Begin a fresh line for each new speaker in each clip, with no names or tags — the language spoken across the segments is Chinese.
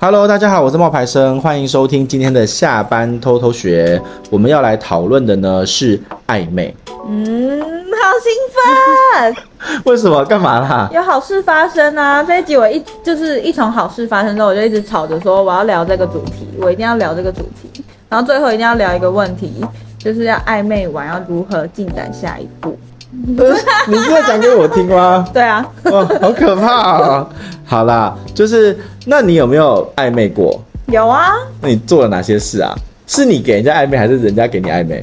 Hello，大家好，我是冒牌生，欢迎收听今天的下班偷偷学。我们要来讨论的呢是暧昧，
嗯，好兴奋，
为什么？干嘛 啦？
有好事发生啊！这一集我一就是一从好事发生之后，我就一直吵着说我要聊这个主题，我一定要聊这个主题，然后最后一定要聊一个问题，就是要暧昧完要如何进展下一步。
呃你是在讲给我听吗？
对啊，
哦，好可怕啊、好啦，就是那你有没有暧昧过？
有啊，
那你做了哪些事啊？是你给人家暧昧，还是人家给你暧昧？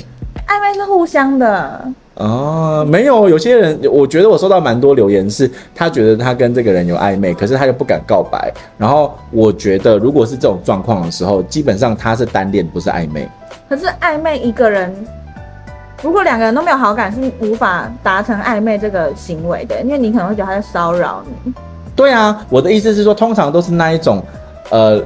暧昧是互相的，
哦，没有，有些人我觉得我收到蛮多留言，是他觉得他跟这个人有暧昧，可是他又不敢告白。然后我觉得，如果是这种状况的时候，基本上他是单恋，不是暧昧。
可是暧昧一个人，如果两个人都没有好感，是无法达成暧昧这个行为的，因为你可能会觉得他在骚扰你。
对啊，我的意思是说，通常都是那一种，呃，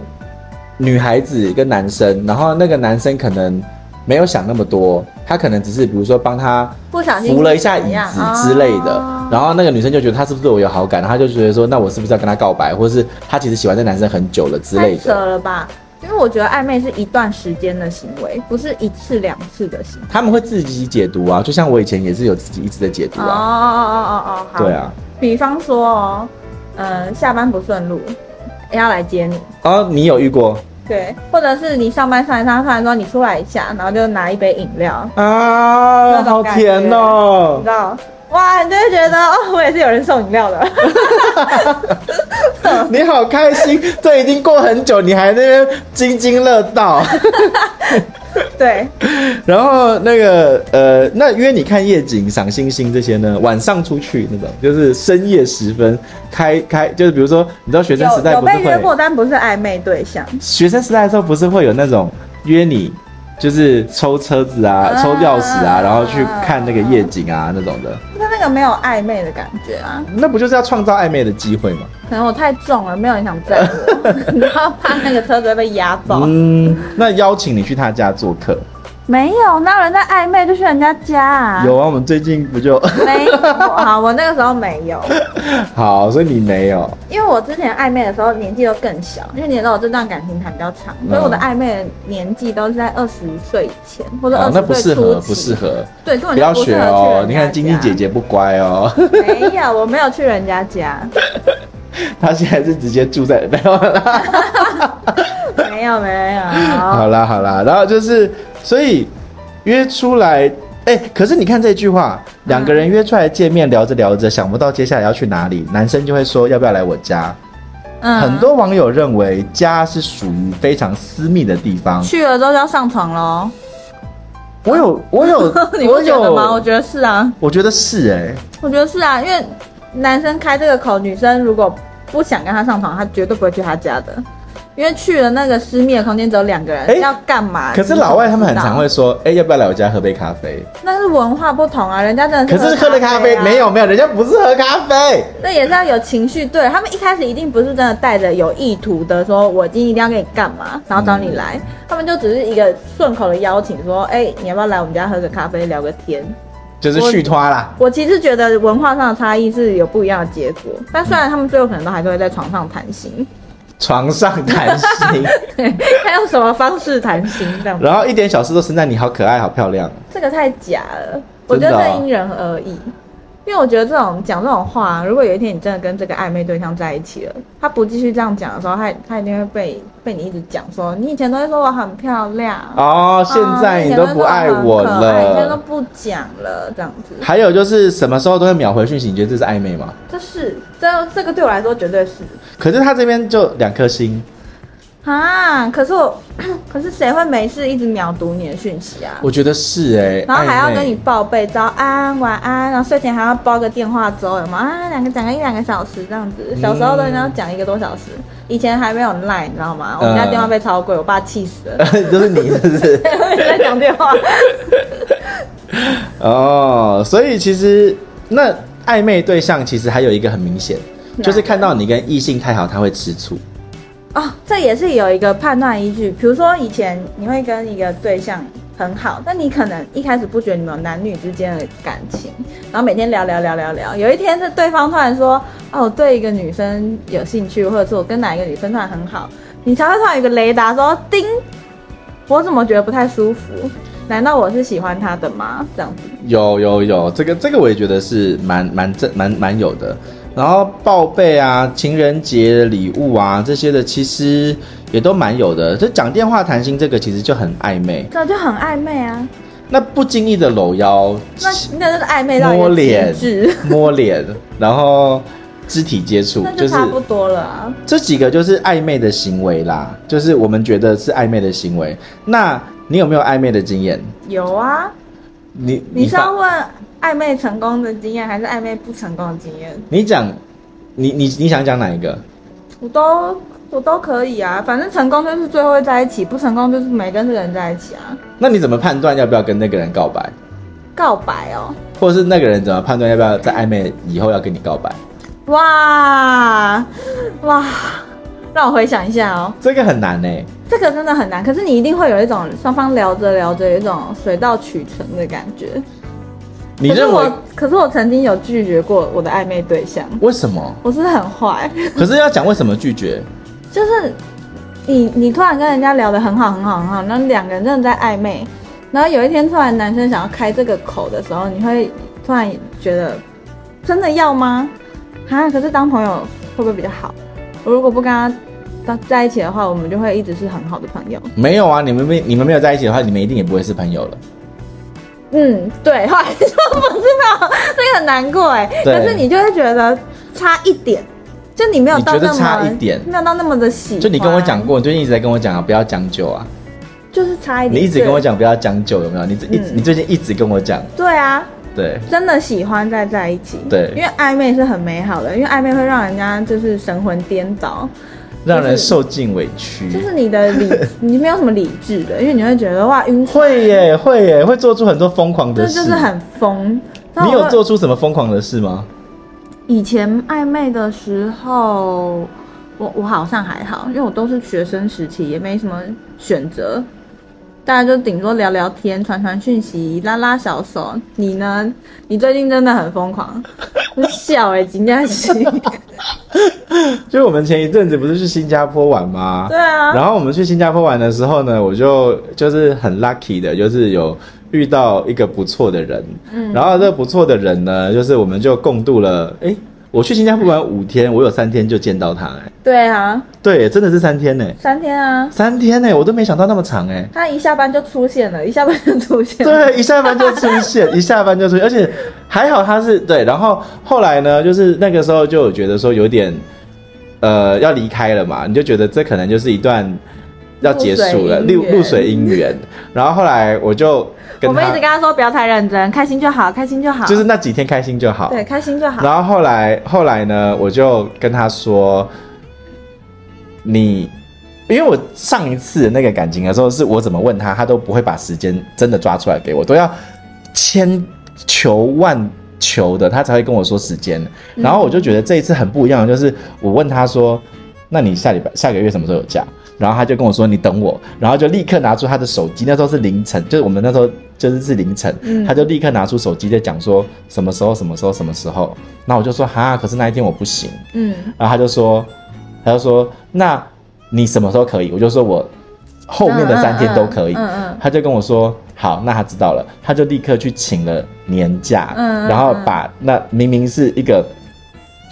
女孩子跟男生，然后那个男生可能没有想那么多，他可能只是比如说帮他
不小心
扶了一下椅
啊怎样
子之类的
哦，
然后那个女生就觉得他是不是对我有好感，然后她就觉得说，那我是不是要跟他告白，或是他其实喜欢这男生很久了之类
太扯
的。
了吧？因为我觉得暧昧是一段时间的行为，不是一次两次的行为。
他们会自己解读啊，就像我以前也是有自己一直在解读
哦哦
啊。
哦哦哦，好。
对。啊，
比方说哦，嗯、下班不顺路，要来接你，
哦，你有遇过
对，或者是你上班上一上，突然说你出来一下，然后就拿一杯饮料，
啊？
那
好
种感觉
甜哦
你知！道？哇，你就会觉得哦，我也是有人送饮料的，
你好开心， 这已经过很久，你还在那边津津乐道。
对，
然后那个呃，那约你看夜景、赏星星这些呢，晚上出去那种，就是深夜时分开开，就是比如说，你知道学生时
有
代
有
不是
被约
会，
过，但不是暧昧对象。
学生时代的时候不是会有那种约你。就是抽车子啊，
啊
抽钥匙啊，然后去看那个夜景啊，那种的，
那那个没有暧昧的感觉啊，
那不就是要创造暧昧的机会吗？
可能我太重了，没有人想载我， 然后怕那个车子会被压爆。
嗯，那邀请你去他家做客，
没有，哪有人在暧昧就去人家家啊？
有啊，我们最近不就
没有？好，我那个时候没有，
好，所以你没有，
因为我之前暧昧的时候年纪都更小，因为你也知道我这段感情谈比较长，
嗯
所以我的暧昧的年纪都是在二十岁以前或者
哦
二
那不
十
适
岁初
合，不适
期。
合，
对，根本
不
就
要
不适
学
合
哦。
去人家家
你看晶晶姐姐不乖哦，
没有，我没有去人家家，
她现在是直接住在 没有啦。
没有没有。
好啦好啦，然后就是所以约出来，哎、可是你看这句话，两个人约出来见面，聊着聊着，想不到接下来要去哪里，男生就会说要不要来我家。
嗯
很多网友认为家是属于非常私密的地方。
去了之后就要上床喽，
我 有我有
你
我
不觉
有
得吗？我觉得是啊。
我觉得是哎、
我觉得是啊，因为男生开这个口，女生如果不想跟他上床，他绝对不会去他家的，因为去了那个私密的空间只有两个人，
诶
要干嘛？
可是老外他们很常
你
会说，哎、要不要来我家喝杯咖啡？
怎么知道，那是文化不同啊，人家真的
可
是、
是喝了咖啡没
有，
有没有，人家不是喝咖啡，
啊那也是要有情绪。对他们一开始一定不是真的带着有意图的，说我今天一定要跟你干嘛，然后找你
嗯
来，他们就只是一个顺口的邀请，说，哎、你要不要来我们家喝个咖啡，聊个天？
就是续拖啦。
我其实觉得文化上的差异是有不一样的结果，但虽然他们最后可能都还是会在床上谈心，
床上谈心，
对，还有什么方式谈心这样？
然后一点小事都称赞你好可爱、好漂亮。
这个太假了，我觉得
真的
这
啊
因人而异。因为我觉得这种讲这种话，如果有一天你真的跟这个暧昧对象在一起了，他不继续这样讲的时候，他他一定会被被你一直讲说，你以前都会说我很漂亮，
哦，现在
啊
你都不爱我
以前都说很可爱你现在都
了。
不讲了，这样子，
还有就是什么时候都会秒回讯息，你觉得这是暧昧吗？
这是这这个对我来说绝对是
可是他这边就两颗星，
啊，可是我， 可是谁会没事一直秒读你的讯息啊？
我觉得是哎、
然后还
暧
要
昧
跟你报备早安、晚安，然后睡前还要包个电话粥，有吗？啊，两个讲个一两个小时这样子。小时候都人家讲一个多小时，以前还没有 Line，你知道吗？我们家
嗯
电话费超贵，我爸气死了，
就是你是不是？
一直在讲电话。
哦，所以其实那暧昧对象其实还有一个很明显，
啊
就是看到你跟异性太好，他会吃醋。
哦，这也是有一个判断依据。比如说以前你会跟一个对象很好，但你可能一开始不觉得你们有男女之间的感情，然后每天聊聊聊聊聊，有一天是对方突然说哦，我对一个女生有兴趣，或者是我跟哪一个女生突然很好，你才会突然有一个雷达说叮，我怎么觉得不太舒服？难道我是喜欢她的吗？这样子，
有有有，这个这个我也觉得是蛮蛮正蛮蛮有的。然后报备啊、情人节的礼物啊这些的，其实也都蛮有的。就讲电话谈心这个，其实就很暧昧。
这就很暧昧啊。
那不经意的搂腰、
那那就是暧昧到一
摸
个极
脸
致，
摸脸，然后肢体接触
那，
就
就是差不多了啊。
这几个就是暧昧的行为啦，就是我们觉得是暧昧的行为。那你有没有暧昧的经验？
有啊，
你
你是
发
要问暧昧成功的经验，还是暧昧不成功的经验？
你讲，你你你想讲哪一个？
我都我都可以啊，反正成功就是最后会在一起，不成功就是没跟这个人在一起啊。
那你怎么判断要不要跟那个人告白，
告白哦，
或者是那个人怎么判断要不要在暧昧以后要跟你告白？
哇哇，让我回想一下哦，
这个很难呢、欸
这个真的很难。可是你一定会有一种双方聊着聊着有一种水到渠成的感觉。
你
可是
认为
我，可是我曾经有拒绝过我的暧昧对象，
为什么？
我是不是很坏，
可是要讲为什么拒绝？
就是你你突然跟人家聊得很好很好很好，那两个人真的在暧昧，然后有一天突然男生想要开这个口的时候，你会突然觉得真的要吗？啊，可是当朋友会不会比较好？我如果不跟他当在一起的话，我们就会一直是很好的朋友。
没有啊，你们没你们没有在一起的话，你们一定也不会是朋友了。
嗯，对，后来就不知道，这个很难过哎。
对
可是你就会觉得差一点，就你没有
你觉
到
得
那么
差一点
没有到那么的喜欢。
就你跟我讲，过，你最近一直在跟我讲啊，不要将就啊。
就是差一
你
点。
一直
哎对
跟我，讲不要将就，有没有？你一直、
嗯
你最近一直跟我讲，
对啊，
对
真的喜欢再在一起。
对
因为暧昧是很美好的，因为暧昧会让人家就是神魂颠倒，
嗯让人受尽委屈。
就是你的 理，你没有什么理智的，因为你会觉得哇晕船，
会耶，会耶，会做出很多疯狂
这
的事。
就是很疯。然
你
后我
有做出什么疯狂的事吗？
以前暧昧的时候，我我好像还好，因为我都是学生时期，也没什么选择，大家就顶多聊聊天、传传讯息、拉拉小手。你呢？你最近真的很 疯狂，我笑哎、欸，金佳琪。
就是我们前一阵子不是去新加坡玩吗？
对啊，
然后我们去新加坡玩的时候呢，我就就是很 lucky 的，就是有遇到一个不错的人。嗯，然后这个不错的人呢，就是我们就共度了。诶，我去新加坡玩五天，我有三天就见到他、哎，
对啊，
对，真的是三天呢、
三天啊，
三天呢、我都没想到那么长哎、
他一下班就出现了，一下班就出现了。
对，一啊下班就出 现，一下班就出现，而且还好他是对。然后后来呢，就是那个时候就有觉得说有点，呃，要离开了嘛，你就觉得这可能就是一段要结束了，
露
露
水姻缘
露水姻缘。然后后来我就
我
跟
们一直
他
跟，他说不要太认真，开心就好，开心就好。
就是那几天开心就好。
对，开心就好。
然后后来后来呢，我就跟他说，你。因为我上一次那个感情的时候，是我怎么问他，他都不会把时间真的抓出来给我，都要千求万求的，他才会跟我说时间。然后我就觉得这一次很不一样，就是我问他说：“那你下礼拜下个月什么时候有假？”然后他就跟我说：“你等我。”然后就立刻拿出他的手机，那时候是凌晨，就是我们那时候就是是凌晨，
嗯
他就立刻拿出手机在讲说什么时候什么时候什么时候。那我就说：“哈，可是那一天我不行。”
嗯，
然后他就说，他就说，那你什么时候可以？我就说我后面的三天都可以。
嗯嗯嗯嗯
他就跟我说，好，那他知道了，他就立刻去请了年假，
嗯嗯
然后把那明明是一个。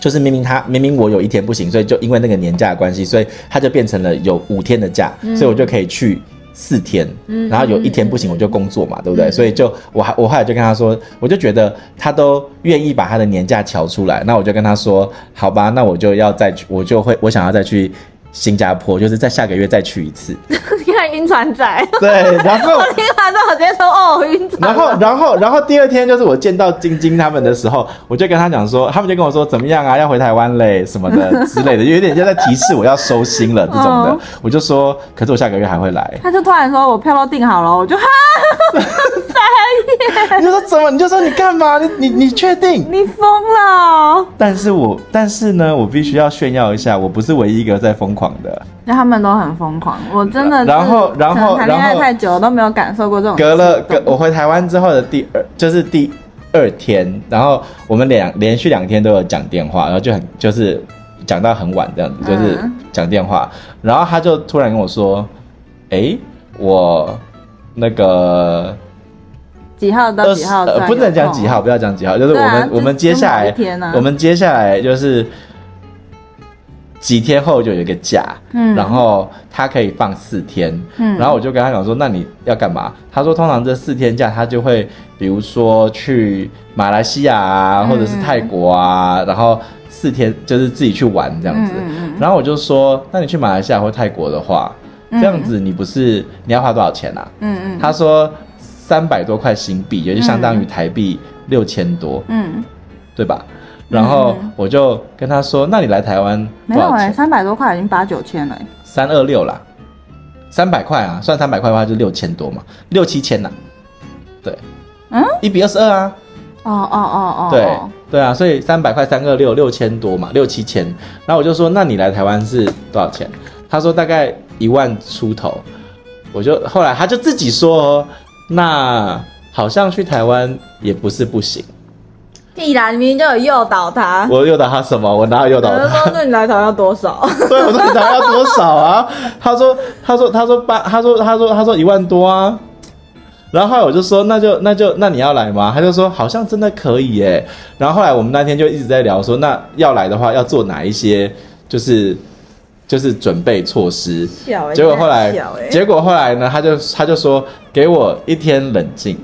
就是明明他明明我有一天不行，所以就因为那个年假的关系，所以他就变成了有五天的假，所以我就可以去四天，
嗯
然后有一天不行我就工作嘛，对不对？所以就我还我后来就跟他说，我就觉得他都愿意把他的年假调出来，那我就跟他说，好吧，那我就要再去，我就会我想要再去新加坡，就是在下个月再去一 次。
嗯你看晕船仔。
对，然后
我听完之后，我直接说哦，晕船。
然后，然后，然后第二天就是我见到晶晶他们的时候，我就跟他讲说，他们就跟我说怎么样啊，要回台湾嘞什么的之类的，有点就在提示我要收心了这种的
哦。。
我就说，可是我下个月还会来
他就突然说我票都订好了，我就哈，
你就说怎么？你就说你干嘛？你你你确定？
你疯了。
但是我但是呢，我必须要炫耀一下，我不是唯一一个在疯狂的。
然后他们都很疯狂，我真的是
然后然后
可能谈恋
然
爱
后
哦太久都没有感受过这种
隔了隔我回台湾之后的第二，就是第二天，然后我们两连续两天都有讲电话，然后就很就是讲到很晚这样子，就是
嗯
讲电话，然后他就突然跟我说：“诶，我那个
几号到几
呃
号算有空？
不能讲几号，不要讲几号，就是我
对啊
们、
就
我们接下来
就某一天啊
我们接下来就是几天后就有一个假，
嗯
然后他可以放四天，
嗯
然后我就跟他讲说，那你要干嘛？他说通常这四天假他就会，比如说去马来西亚啊，
嗯
或者是泰国啊，然后四天就是自己去玩这样子。
嗯嗯嗯
然后我就说，那你去马来西亚或泰国的话，这样子你不是你要花多少钱啊？
嗯嗯
他说三百多块新币，也就相当于台币六千多，
嗯，
对吧？然后我就跟他说，那你来台湾
没
多
有
少
哎、
钱？
三百多块已经八九千了、欸。
三二六啦，三百块啊，算三百块的话就六千多嘛，六七千呐、对，
嗯，
一比二十二啊，
哦哦哦哦，
对
哦
对啊，所以三百块三二六六千多嘛，六七千。然后我就说，那你来台湾是多少钱？他说大概一万出头。我就后来他就自己说、哦，那好像去台湾也不是不行。
屁啦，你明明就有诱导他。
我诱导他什么？我哪有诱导
有人
他？
说：“那你来台要多少
对，我说你拿要多少啊？他说，他说，他说八，他说，他说，他说一万多啊。然后后来我就说，那就那就那你要来吗？他就说好像真的可以耶。然后后来我们那天就一直在聊说，那要来的话要做哪一些，就是就是准备措施？”。
笑欸
结果后来
真的笑欸，
结果后来呢，他就他就说给我一天冷静。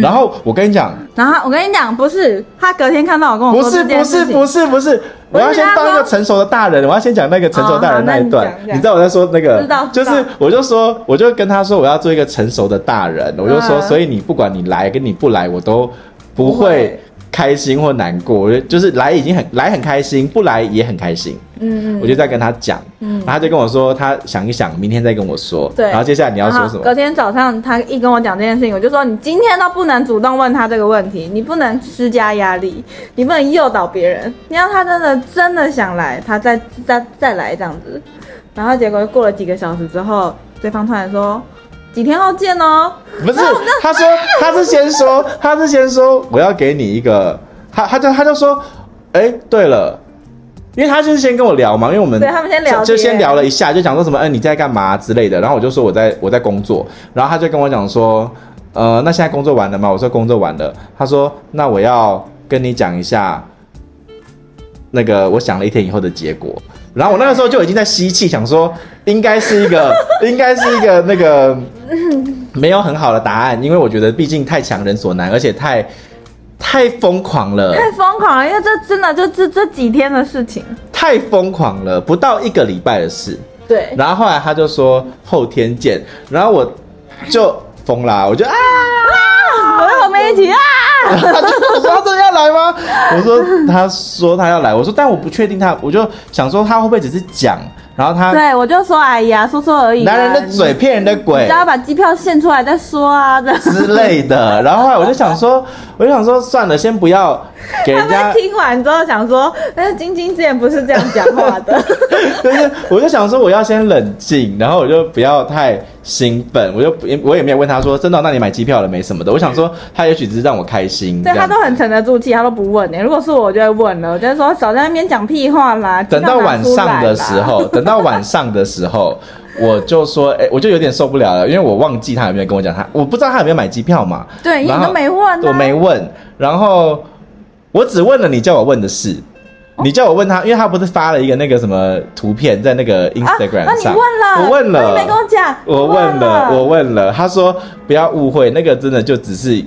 然后我跟你讲，
然后他我跟你讲，不是他隔天看到我跟我
不
说
是
哦这件
不
事
是
情，
不是不是，我要先当一个成熟的大人，我要先讲那个成熟大人那一段
哦好。那你讲
你知道我在说那个
知道，
就
知道
是我就说，我就跟他说我要做一个成熟的大人，我就说，
嗯
所以你不管你来跟你不来，我都不
不
会
会
开心或难过，我就就是来已经很来很开心，不来也很开心。
嗯，嗯
我就在跟他讲，
嗯
然后他就跟我说他想一想，明天再跟我说。
对。
然后接下来你要说什
然后
么
隔？天早上他一跟我讲这件事情，我就说你今天都不能主动问他这个问题，你不能施加压力，你不能诱导别人。你要他真的真的想来，他再再再来这样子。然后结果过了几个小时之后，对方突然说几天后见 哦。
不是，他说他是先说，他是先说我要给你一个，他他就他就说，哎、对了。因为他就是先跟我聊嘛，因为我们
对他们先聊
就就
天
先聊了一下，就讲说什么，嗯、你在干嘛之类的。然后我就说我在我在工作，然后他就跟我讲说，呃，那现在工作完了吗？我说工作完了。他说那我要跟你讲一下，那个我想了一天以后的结果。然后我那个时候就已经在吸气，想说应该是一个 应该是一个那 个没有很好的答案，因为我觉得毕竟太强人所难，而且太太疯狂了，
太疯狂了，因为这真的就这这几天的事情。
太疯狂了，不到一个礼拜的事。
对，
然后后来他就说后天见，然后我就疯啦，我就啊，
我在旁边一起啊，
他就我说他真的要来吗？我说他说他要来，我说但我不确定他，我就想说他会不会只是讲，然后他
对我就说哎呀，说说而已、啊。
男人的嘴骗人的
你，你
鬼
只。要把机票献出来再说啊，这样。
之类 的，然后后来我就想说，我就想说，算了，先不要给
他
人家
们听完之后想说，那晶晶之前不是这样讲话 的，
就是我就想说我要先冷静，然后我就不要太兴奋，我就不我也没有问他说真的哦，那你买机票了没什么的，我想说他也许只是让我开心，
对
这
他
样
都很沉得住气，他都不问呢、欸如果是我，我就会问了，我就会说少在那边讲屁话啦。
等到晚上的时
机票拿出来啦，
候，等到晚上的时候，我就说，哎、我就有点受不了了，因为我忘记他有没有跟我讲他，我不知道他有没有买机票嘛，
对，因为
然
你
后
都没问、啊，
我没问，然后我只问了你叫我问的事。
哦
你叫我问他，因为他不是发了一个那个什么图片在那个
啊，那
Instagram
你
上，
问了，啊
我问了，
那你没跟我讲，
我问了，
了，
我问了，他说不要误会，那个真的就只是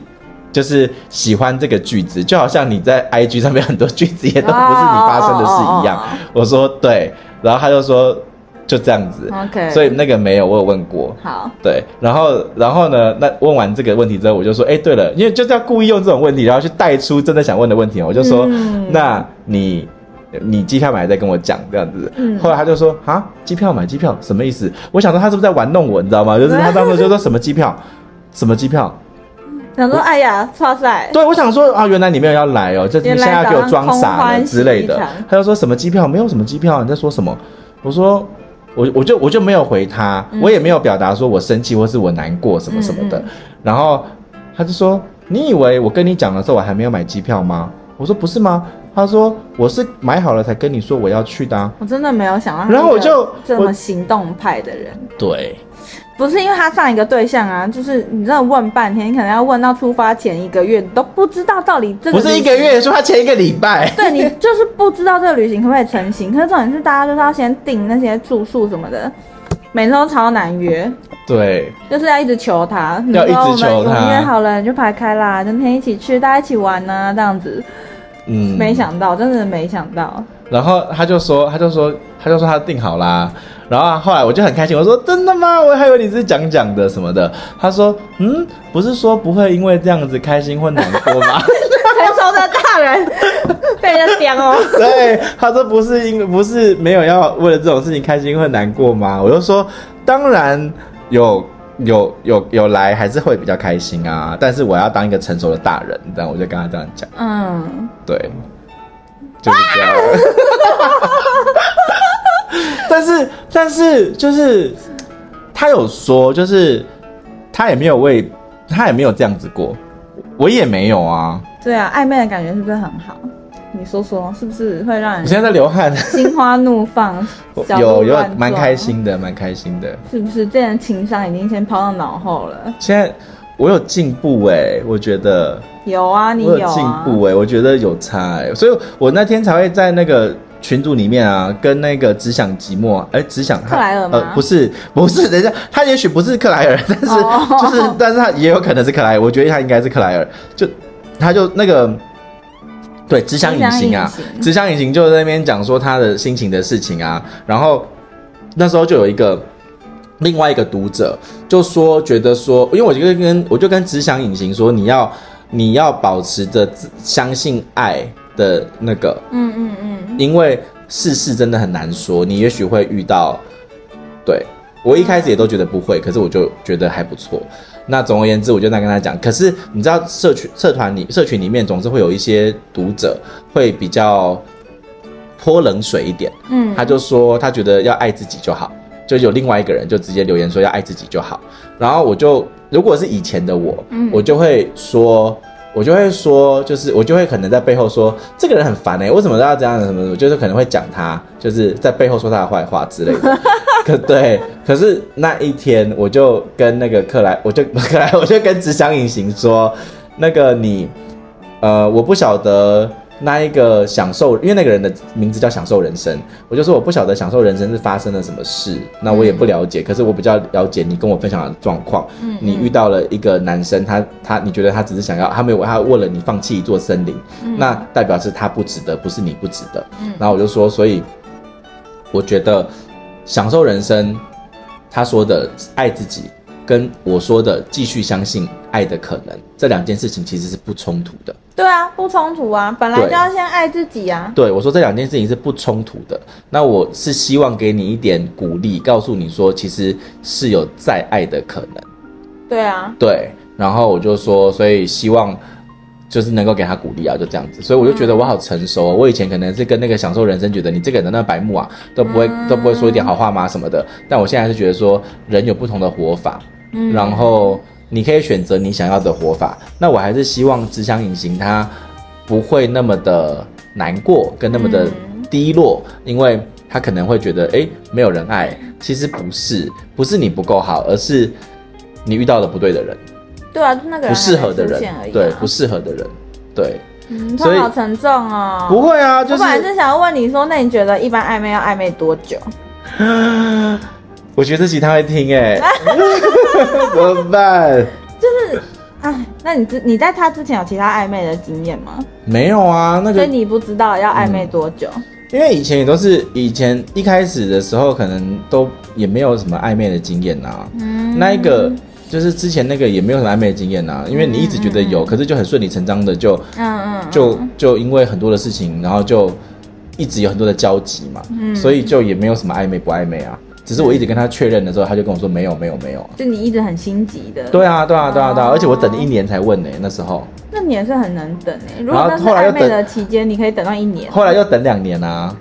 就是喜欢这个句子，就好像你在 IG 上面很多句子也都不是你发生的事一样
哦哦哦哦。
我说对，然后他就说就这样子
OK
所以那个没有，我有问过。
好，
对，然后，然后呢？那问完这个问题之后，我就说，哎，对了，因为就是要故意用这种问题，然后去带出真的想问的问题。我就说，
嗯
那你你机票买了再跟我讲这样子。
嗯
后来他就说，啊，机票买机票什么意思？我想说他是不是在玩弄我，你知道吗？就是他当时就说什么机票，什么机票？
想说哎呀，哇塞，
对，我想说啊，原来你没有要来哦，这你
原
现在
来
要给我
早上
装
空
傻了
欢
之类的
喜一场。
他就说什么机票没有什么机票，你在说什么？我说我我就我就没有回
嗯嗯
他，我也没有表达说我生气或是我难过什么什么的。然后他就说你以为我跟你讲的时候我还没有买机票吗？我说不是吗？他说我是买好了才跟你说我要去的、啊。
我真的没有想到他
然后
是
我
一
就
个这
我
么行动派的人，
对，
不是因为他上一个对象啊，就是你真的问半天，你可能要问到出发前一个月，你都不知道到底这个
不是一个
旅行
月，说他前一个礼拜。
对你就是不知道这个旅行可不可以成行。可是重点是大家就是要先订那些住宿什么的，每次都超难约，
对，
就是要一直求他，
要
你说
一直求他
我们我们约好了，你就排开啦，今天一起去，大家一起玩呢、这样子。
嗯，
没想到，真的没想到，
然后他就说，他就说，他就说他订好啦。然后啊后来我就很开心，我说真的吗？我还以为你是讲讲的什么的。他说，嗯，不是说不会因为这样子开心或难过吗？
成熟的大人被人家刁哦。
对，他说不是因不是没有要为了这种事情开心或难过吗？我就说，当然有有有有来还是会比较开心啊，但是我要当一个成熟的大人，这样我就跟他这样讲，
嗯，
对，就是这样。 但是但是就是他有说，就是他也没有为他也没有这样子过，我也没有啊，
对啊，暧昧的感觉是不是很好？你说说，是不是会让
我
人
现在在流汗。
心花怒放
我？
小鹿
有有
乱撞
蛮开，心的，蛮开心的。
是不是？这人情商已经先抛到脑后了。
现在我有进步哎、我觉得
有啊，你
我
有
进
啊。
步哎、我觉得有差哎、所以我那天才会在那个群组里面啊，跟那个只想寂寞哎、只想
克莱尔吗
呃，不是不是，等一下，他也许不是克莱尔，但是、
哦
就是但是他也有可能是克莱尔，我觉得他应该是克莱尔，就他就那个。对，只想隐形啊
只想隐，形
只想隐形就在那边讲说他的心情的事情啊，然后那时候就有一个另外一个读者就说，觉得说，因为我就跟我就跟只想隐形说，你要你要保持着自相信爱的那个，
嗯嗯嗯，
因为世事真的很难说，你也许会遇到。对我一开始也都觉得不会，可是我就觉得还不错。那总而言之，我就在跟他讲。可是你知道，社群社团里社群里面总是会有一些读者会比较泼冷水一点，
嗯
他就说他觉得要爱自己就好，就有另外一个人就直接留言说要爱自己就好。然后我就如果是以前的我，
嗯
我就会说。我就会说，就是我就会可能在背后说这个人很烦哎、为什么要这样什么的？我就是可能会讲他，就是在背后说他的坏话之类的。 可对，可是那一天我就跟那个克莱，我就 克莱，我就跟直想隐形说，那个你，呃，我不晓得那一个享受，因为那个人的名字叫享受人生，我就说我不晓得享受人生是发生了什么事，那我也不了解，可是我比较了解你跟我分享的状况，
嗯
你遇到了一个男生，他他你觉得他只是想要，他没有他为了你放弃一座森林，那代表是他不值得，不是你不值得。
嗯
然后我就说，所以我觉得享受人生，他说的爱自己，跟我说的继续相信爱的可能，这两件事情其实是不冲突的。
对啊，不冲突啊，本来
对
就要先爱自己啊。
对我说这两件事情是不冲突的。那我是希望给你一点鼓励，告诉你说，其实是有再爱的可能。
对啊，
对，然后我就说，所以希望就是能够给他鼓励啊，就这样子。所以我就觉得我好成
嗯
熟、哦，我以前可能是跟那个享受人生，觉得你这个人那白目啊，都不会、
嗯
都不会说一点好话吗什么的。但我现在是觉得说，人有不同的活法，
嗯
然后你可以选择你想要的活法。那我还是希望只想隐形，他不会那么的难过，跟那么的
嗯
低落，因为他可能会觉得，诶，没有人爱。其实不是，不是你不够好，而是你遇到了不对的人，
对啊，那个人
不适合的
还没出
人
现而，已、啊。
对，不适合的人，对，
嗯，
所以
他好沉重哦。
不会啊，就
我
是
本来是想要问你说，那你觉得一般暧昧要暧昧多久？
我觉得这集他会听哎、 怎么办？
哎，那你之你在他之前有其他暧昧的经验吗？
没有啊，那
所
个
以你不知道要暧昧多久？
因为以前也都是以前一开始的时候，可能都也没有什么暧昧的经验呐、
嗯，
那一个就是之前那个也没有什么暧昧的经验呐、啊因为你一直觉得有，可是就很顺理成章的就
嗯嗯，
就就因为很多的事情，然后就一直有很多的交集嘛，
嗯
所以就也没有什么暧昧不暧昧啊。只是我一直跟他确认的时候，他就跟我说没有没有没有啊。
就你一直很心急的。
对啊对啊对啊对啊，
哦
而且我等了一年才问呢、那时候，
那你也是很能等哎、
然
如果
后
那是
后来又
暧昧的
等
期间，你可以等到一年，
后来又等两年啊，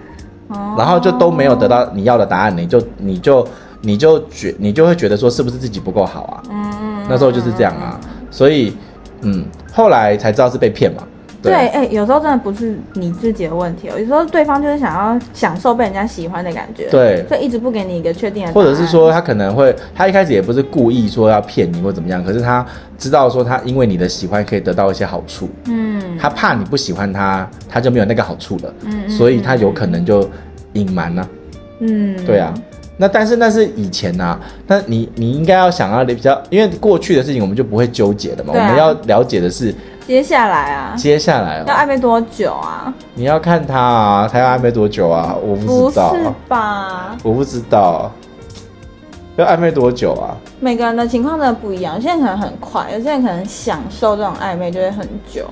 哦
然后就都没有得到你要的答案，你就你就你就觉你就会觉得说是不是自己不够好啊？
嗯，嗯
那时候就是这样啊，所以嗯，后来才知道是被骗嘛。啊
对，哎、有时候真的不是你自己的问题哦，有时候对方就是想要享受被人家喜欢的感觉，
对
所以一直不给你一个确定的答
或
案，
者是说他可能会，他一开始也不是故意说要骗你或怎么样，可是他知道说他因为你的喜欢可以得到一些好处，
嗯，
他怕你不喜欢他，他就没有那个好处了，
嗯嗯
所以他有可能就隐瞒了。
嗯，
对啊，，那但是那是以前呐、啊，那你你应该要想要比较，因为过去的事情我们就不会纠结的嘛，
对啊
我们要了解的是
接下来啊，
接下来、
要
哦，
暧昧多久啊？
你要看他啊，他要暧昧多久啊？我不
不
知
是
道，
吧？
我不知道，啊要暧昧多久啊？
每个人的情况真的不一样，有些人可能很快，有些人可能享受这种暧昧就会很久。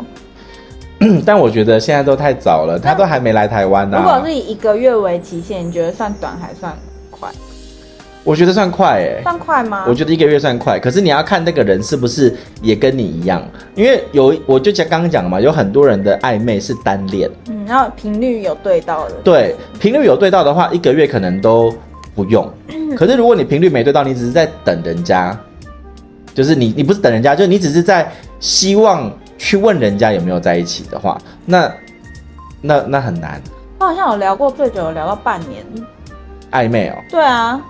嗯但我觉得现在都太早了，他都还没来台湾呢、啊
如果是以一个月为期限，你觉得算短还算快？
我觉得算快哎、
算快吗？
我觉得一个月算快，可是你要看那个人是不是也跟你一样，因为有我就讲刚刚讲了嘛，有很多人的暧昧是单恋，
嗯，然后频率有对到的。
对，频率有对到的话，一个月可能都不用。可是如果你频率没对到，你只是在等人家，就是你你不是等人家，就是你只是在希望去问人家有没有在一起的话，那那那很难
我好像有聊过最久，有聊到半年。
暧昧哦。
对啊，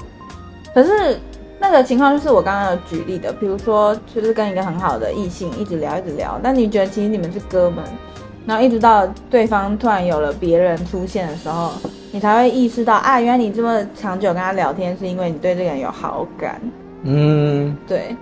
可是那个情况就是我刚刚有举例的，比如说就是跟一个很好的异性一直聊一直聊，但你觉得其实你们是哥们，然后一直到对方突然有了别人出现的时候，你才会意识到啊，原来你这么长久跟他聊天是因为你对这个人有好感。
嗯，
对。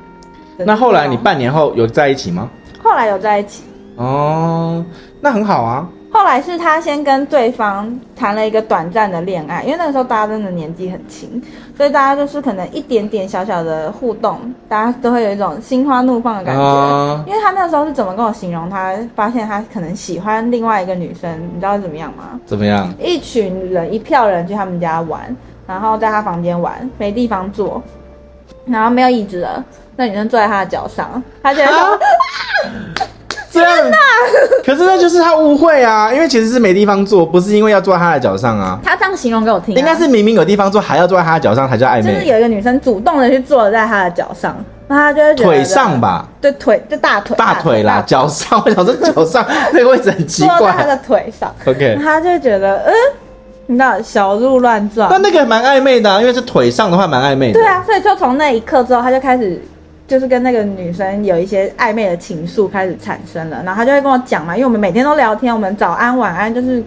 那后来你
办，
半年后有在一起吗？
后来有在一起，
哦，那很好啊。
后来是他先跟对方谈了一个短暂的恋爱，因为那个时候大家真的年纪很轻，所以大家就是可能一点点小小的互动，大家都会有一种心花怒放的感觉。
啊
因为他那时候是怎么跟我形容他发现他可能喜欢另外一个女生，你知道是怎么样吗？
怎么样？
一群人一票人去他们家玩，然后在他房间玩，没地方坐，然后没有椅子了，那女生坐在他的脚上，他就会说。
啊这样，可是那就是他误会啊，因为其实是没地方坐，不是因为要坐在他的脚上啊。
他这样形容给我听啊、
应该是明明有地方坐，还要坐在他的脚上才叫暧
就是
昧。
有一个女生主动的去坐在他的脚上，那他就会觉得
腿上，吧，
啊对啊腿，就大腿，
大腿啦，
大
脚上， 我想说脚上那个位置很奇
坐在他
怪。
的腿上，
OK，
他就会觉得嗯，你知道小鹿乱撞
那，那个蛮暧昧的、啊，因为是腿上的话蛮暧昧的。
对啊，所以就从那一刻之后，他就开始。就是跟那个女生有一些暧昧的情愫开始产生了，然后他就会跟我讲嘛，因为我们每天都聊天，我们早安晚安就是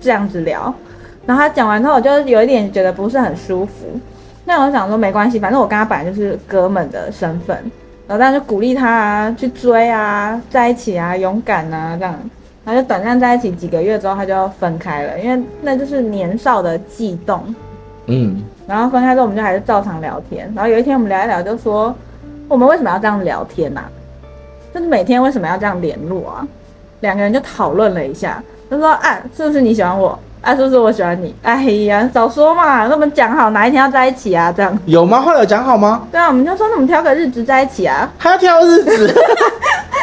这样子聊。然后他讲完之后，我就有一点觉得不是很舒服。那我想说没关系，反正我跟他本来就是哥们的身份，然后但是鼓励他啊，去追啊，在一起啊，勇敢啊这样。然后就短暂在一起几个月之后，他就分开了，因为那就是年少的悸动。
嗯，
然后分开之后，我们就还是照常聊天。然后有一天我们聊一聊，就说我们为什么要这样聊天呐、就是每天为什么要这样联络啊？两个人就讨论了一下，就说：“啊，是不是你喜欢我？啊，是不是我喜欢你？哎呀，早说嘛，那我们讲好哪一天要在一起啊？这样。
有吗？后来有讲好吗？”
对啊，我们就说那我们挑个日子在一起啊。
还要挑日子，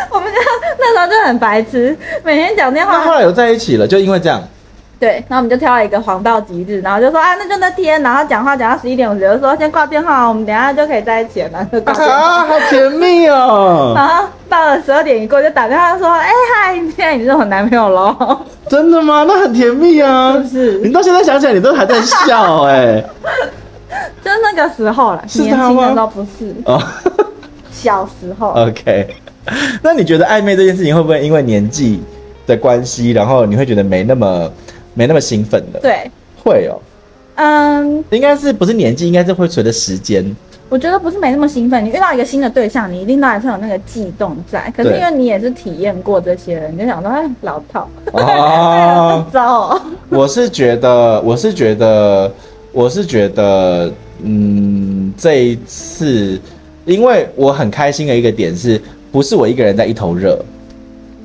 我们就那时候就很白痴，每天讲电
那后
话。
来有在一起了，就因为这样。
对，然后我们就挑了一个黄道吉日，然后就说啊，那就那天，然后讲话讲到十一点五十，就说先挂电话，啊我们等一下就可以在一起了， 然后就挂电话。
啊，好甜蜜哦！
然后到了十二点一过，就打电话说：“哎、嗨，现在你是我男朋友喽
真的吗？那很甜蜜 啊！
是不是
你到现在想起来，你都还在笑哎、？”
就那个时候了，
是
年
他吗呃
轻的时候不是，
哦。
小时候。
OK，那你觉得暧昧这件事情会不会因为年纪的关系，然后你会觉得没那么没那么兴奋了？
对，
会哦，
嗯，
应该是不是年纪，应该是会随着时 间。
我觉得不是没那么兴奋。你遇到一个新的对象，你一定都还是有那个悸动在。可是
对
因为你也是体验过这些了，你就想说，哎，老 套，
哦
哦，糟哦。
我是觉得，我是觉得，我是觉得，嗯，这一次，因为我很开心的一个点是，不是我一个人在一头热，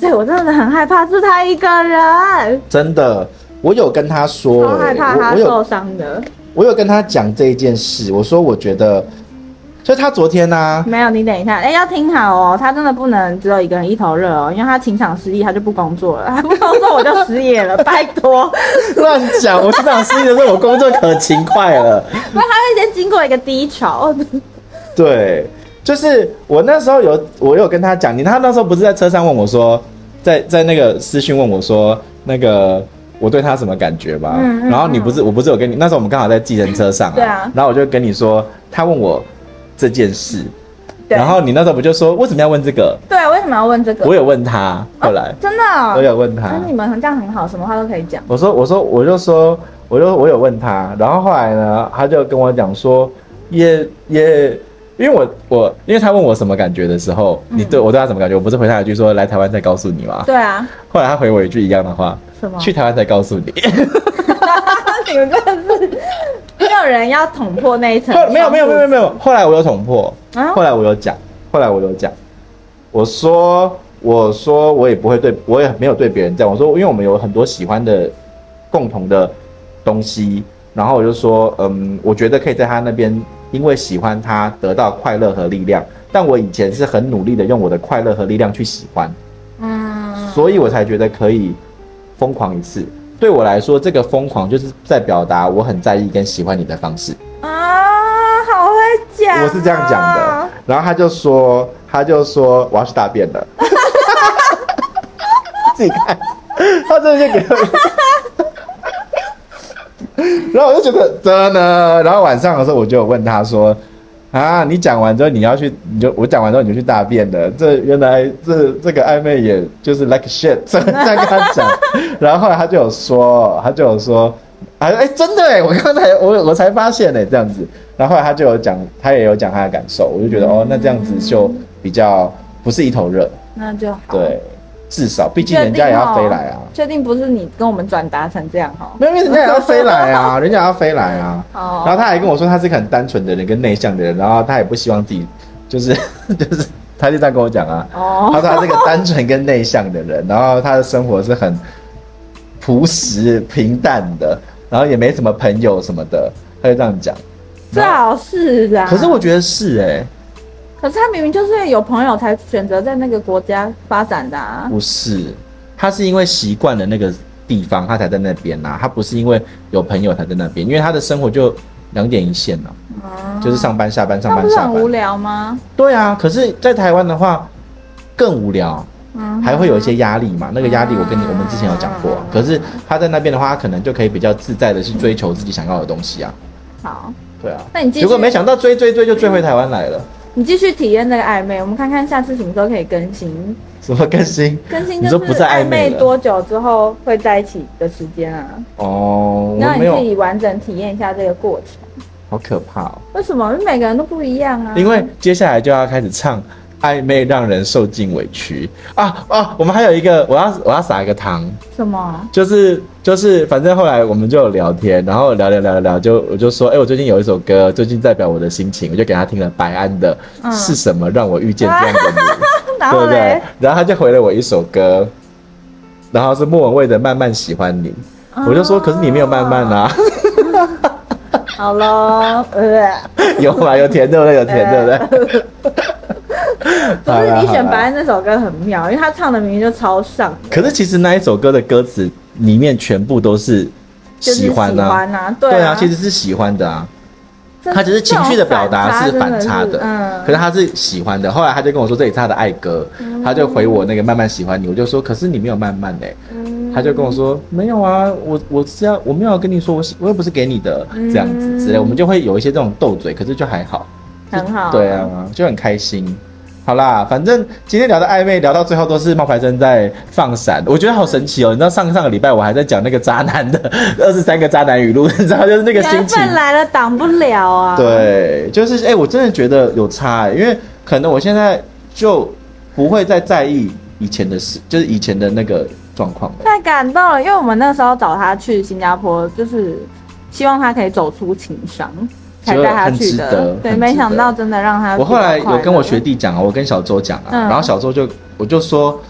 对我真的很害怕，是他一个人，
真的，我有跟他说、
超害怕
我
他
我有
受伤的。
我有跟他讲这一件事，我说我觉得，就他昨天啊呢、
没有，你等一下，哎、要听好哦，他真的不能只有一个人一头热哦，因为他情场失利，他就不工作了，他 不工作我就失业了，拜 托。
乱讲，我是想失忆的时候，我工作可勤快了。
那他会先经过一个低潮，
对，就是我那时候有我有跟他讲，你他那时候不是在车上问我说，在在那个私讯问我说那个。我对他什么感觉吗？
嗯嗯
然后你不是我不是有跟你那时候我们刚好在计程车上、
对啊
然后我就跟你说，他问我这件事，
对
然后你那时候不就说为什么要问这个？
对，为什么要问这个？
我有问他，后来、
真的哦、
我有问他，
那你们很这样很好，什么话都可以讲。
我说我说我就说我就我有问他，然后后来呢，他就跟我讲说，也也因为我我因为他问我什么感觉的时候，你对我对他什么感觉，我不是回他一句说来台湾再告诉你吗？
对啊，
后来他回我一句一样的话，
什么？
去台湾再告诉你。
你们真的是没有人要捅破那一层
后来。没有没有没有没有
有。
没有，后来我有捅破，
啊
后来我有讲，后来我有讲，我说我说我也不会对我也没有对别人这样，我说因为我们有很多喜欢的共同的东西，然后我就说嗯，我觉得可以在他那边因为喜欢他得到快乐和力量，但我以前是很努力的用我的快乐和力量去喜欢，
嗯，
所以我才觉得可以疯狂一次。对我来说，这个疯狂就是在表达我很在意跟喜欢你的方式。
啊，好会讲、
我是这样讲的。。然后他就说，他就说我要去大便了， 自己看，他真的就给我。然后我就觉得真的，然后晚上的时候我就有问他说：“啊，你讲完之后你要去，你就我讲完之后你就去大便了。这原来这这个暧昧也就是 like shit，这 这样跟他讲。 然后后来他就有说，他就有说，哎、哎，真的哎，我刚才我我才发现哎，这样子。然后后来他就有讲，他也有讲他的感受，我就觉得哦，那这样子就比较不是一头热，
那就好。哦
对，至少毕竟人家也要飞来啊，
确定不是你跟我们转达成这样哈？
没有，因为人家也要飞来啊，人家也要飞来啊。
哦
然后他还跟我说他是个很单纯的人，跟内向的人，然后他也不希望自己就是 就是，他就这样跟我讲啊。
哦
他说他是个单纯跟内向的人，然后他的生活是很朴实平淡的，然后也没什么朋友什么的，他就这样讲。
最好是啊。
可是我，觉得是哎、
可是他明明就是有朋友才选择在那个国家发展的啊。
不是，他是因为习惯了那个地方，他才在那边呐、他不是因为有朋友才在那边，因为他的生活就两点一线呐、
啊
嗯就是上班下班上
那
班
不是
下
很
班
无。聊吗？
对啊，可是，在台湾的话更无聊，
嗯，
还会有一些压力嘛。那个压力我跟你我们之前有讲过啊、可是他在那边的话，他可能就可以比较自在的去追求自己想要的东西啊。
好。
对啊，
那你继续
结果没想到追追追就追回台湾来了，
你继续体验这个暧昧，我们看看下次什么时候可以更新。
什么更 新？
更新
你
就
说
是
不是暧
暧
昧
昧
了
多久之后会在一起的时间啊？
哦，
然
我
后
没
你自
有，
己完整体验一下这个过程。
好可怕哦。
为什么？因为每个人都不一样啊。
因为接下来就要开始唱《暧昧让人受尽委屈》啊啊！我们还有一个，我要我要撒一个糖，
什么？
就是就是，反正后来我们就有聊天，然后聊聊聊聊聊，就我就说，哎、我最近有一首歌，最近代表我的心情，我就给他听了白安的
嗯
《是什么让我遇见这样的 你》，对
然
不
后
对
嘞？？
然后他就回了我一首歌，然后是莫文蔚的《慢慢喜欢你》，
哦
我就说，可是你没有慢慢啊，
嗯好喽，呃，
有吗？有甜对不对？有甜 对不对？好啦啊
不是你
好
选
啦
白安那首歌很妙，因为他唱的明明就超上的，
可是其实那一首歌的歌词里面全部都是
就是
喜欢啊，
喜欢啊对啊
其实是喜欢的啊。
这
他只是情绪的表达是反差的，可是
这种反真的嗯
他是喜欢的。后来他就跟我说这里是他的爱歌，他就回我那个慢慢喜欢你，我就说可是你没有慢慢哎、
嗯，
他就跟我说没有啊，我我是要我没有要跟你说我喜我又不是给你的
嗯
这样子之类，我们就会有一些这种斗嘴，可是就还好，
很好，
对，啊，就很开心。好啦，反正今天聊的暧昧，聊到最后都是冒牌生在放闪，我觉得好神奇哦。你知道上上个礼拜我还在讲那个渣男的 二十三个渣男语录，你知道就是那个心
缘
情
分，来了挡不了啊。，
对，就是哎、我真的觉得有差、欸，因为可能我现在就不会再在意以前的事，就是以前的那个状况了。
太感动了，因为我们那时候找他去新加坡，就是希望他可以走出情伤，才带他去
就很值得
的。对，
很
没
值
想
得
到真的让他。
我后来有跟我学，弟讲啊，我跟小周讲啊，
嗯
然后小周就我就说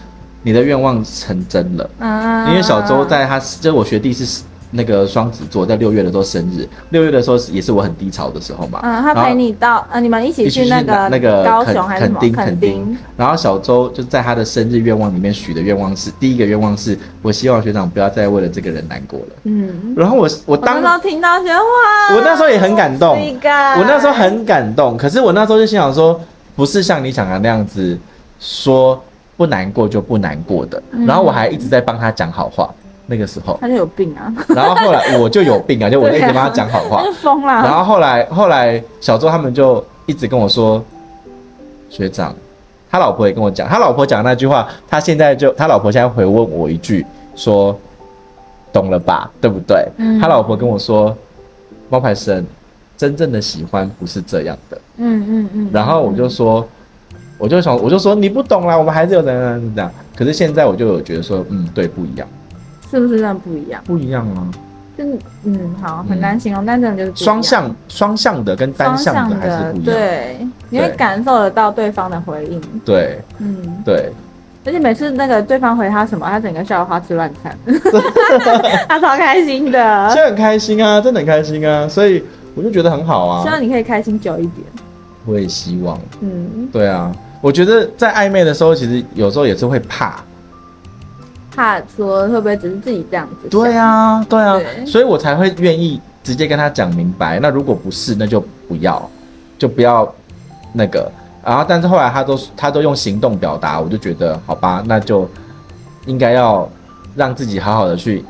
你的愿望成真了。
嗯
因为小周，在他就是我学弟是那个双子座，在六月的时候生日，六月的时候也是我很低潮的时候嘛。
嗯，他陪你到，呃，你们一起
一起
去那个
个那
高
垦
雄还是什
垦
么
丁
垦
垦
丁
丁，，然后小周就在他的生日愿望里面许的愿望是第一个愿望是我希望学长不要再为了这个人难过了。
嗯，
然后我我
我那
当
时候听到觉得哇，
我那时候也很感动
是一个
我那时候很感动，可是我那时候就心想说，不是像你想的那样子说不难过就不难过的。
嗯
然后我还一直在帮他讲好话，那个时候，
他就有病啊，
然后后来我就有病啊，就我一
对
直
啊
帮他讲好话
他就。疯啦。
然后后来后来小周他们就一直跟我说，学长，他老婆也跟我讲，他老婆讲那句话，他现在就他老婆现在回问我一句说，懂了吧，对不对？
嗯
他老婆跟我说，猫牌神真正的喜欢不是这样的。
嗯嗯嗯，
然后我就说，我就想，我就说你不懂啦，我们还是有怎样怎样怎样。可是现在我就有觉得说，嗯，对，不一样，
是不是真的不一样？
不一样啊，
就是嗯，好，
嗯
很难形容，但真的就是不一样
双向双向的跟单
双
向
向
的还是不一样。
对，你会
对
感受得到对方的回应，
对
嗯，
对，
而且每次那个对方回他什么，他整个笑得花枝乱 颤，他超开心的，
现在很开心啊，真的很开心啊，所以我就觉得很好
希
啊。
望你可以开心久一点，
我也希望，
嗯，
对啊，我觉得在暧昧的时候，其实有时候也是会怕。
怕说会不会只是自己这样子，
对，啊，对啊，
对
所以我才会愿意直接跟他讲明白。那如果不是，那就不要，就不要那个。然后，但是后来他都他都用行动表达，我就觉得好吧，那就应该要让自己好好的去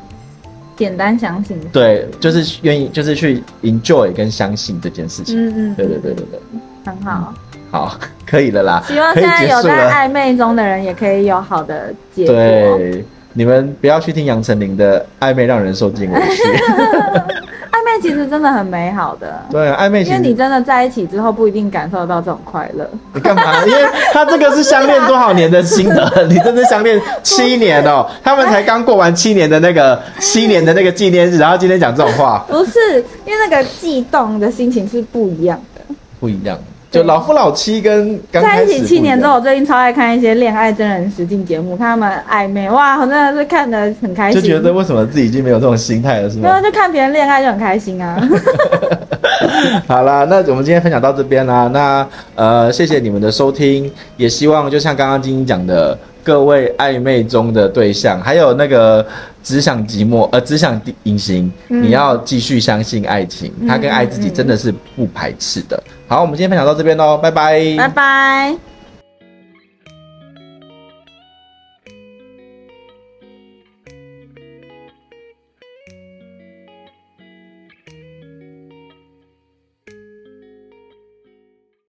简单相信，
对，就是愿意，就是去 enjoy 跟相信这件事情。
嗯嗯，
对对对对对，
很
嗯
好，
好， 可以了啦，
希望
可
现
以
在
结
有
束
在
了。
暧昧中的人也可以有好的结果，
对，你们不要去听杨丞琳的暧昧让人受尽委 屈。
暧昧其实真的很美好的，
对，暧昧其
因为
实
你真的在一起之后不一定感受到这种快 乐。
你干嘛？因为他这个是相恋多少年的心得，你真的相恋七年哦、 他们才刚过完七年的那个七年的那个纪念日，然后今天讲这种话，
不是，因为那个悸动的心情是不一样的。
不一样。就老夫老妻跟刚
在
开
一
始
起七年之后，
不
我最近超爱看一些恋爱真人实境节目，看他们暧昧，哇，我真的是看得很开
一样，
心。
就觉得为什么自己已经没有这种心态了，是
没有
吗？
就看别人恋爱就很开 心啊。
好啦，那我们今天分享到这边啦。那呃，谢谢你们的收听，也希望就像刚刚晶晶讲的，各位暧昧中的对象，还有那个只想寂寞呃只想隐形，
嗯
你要继续相信爱情，它跟爱自己真的是不排斥的。好，我们今天分享到这边喽，拜拜，
拜拜。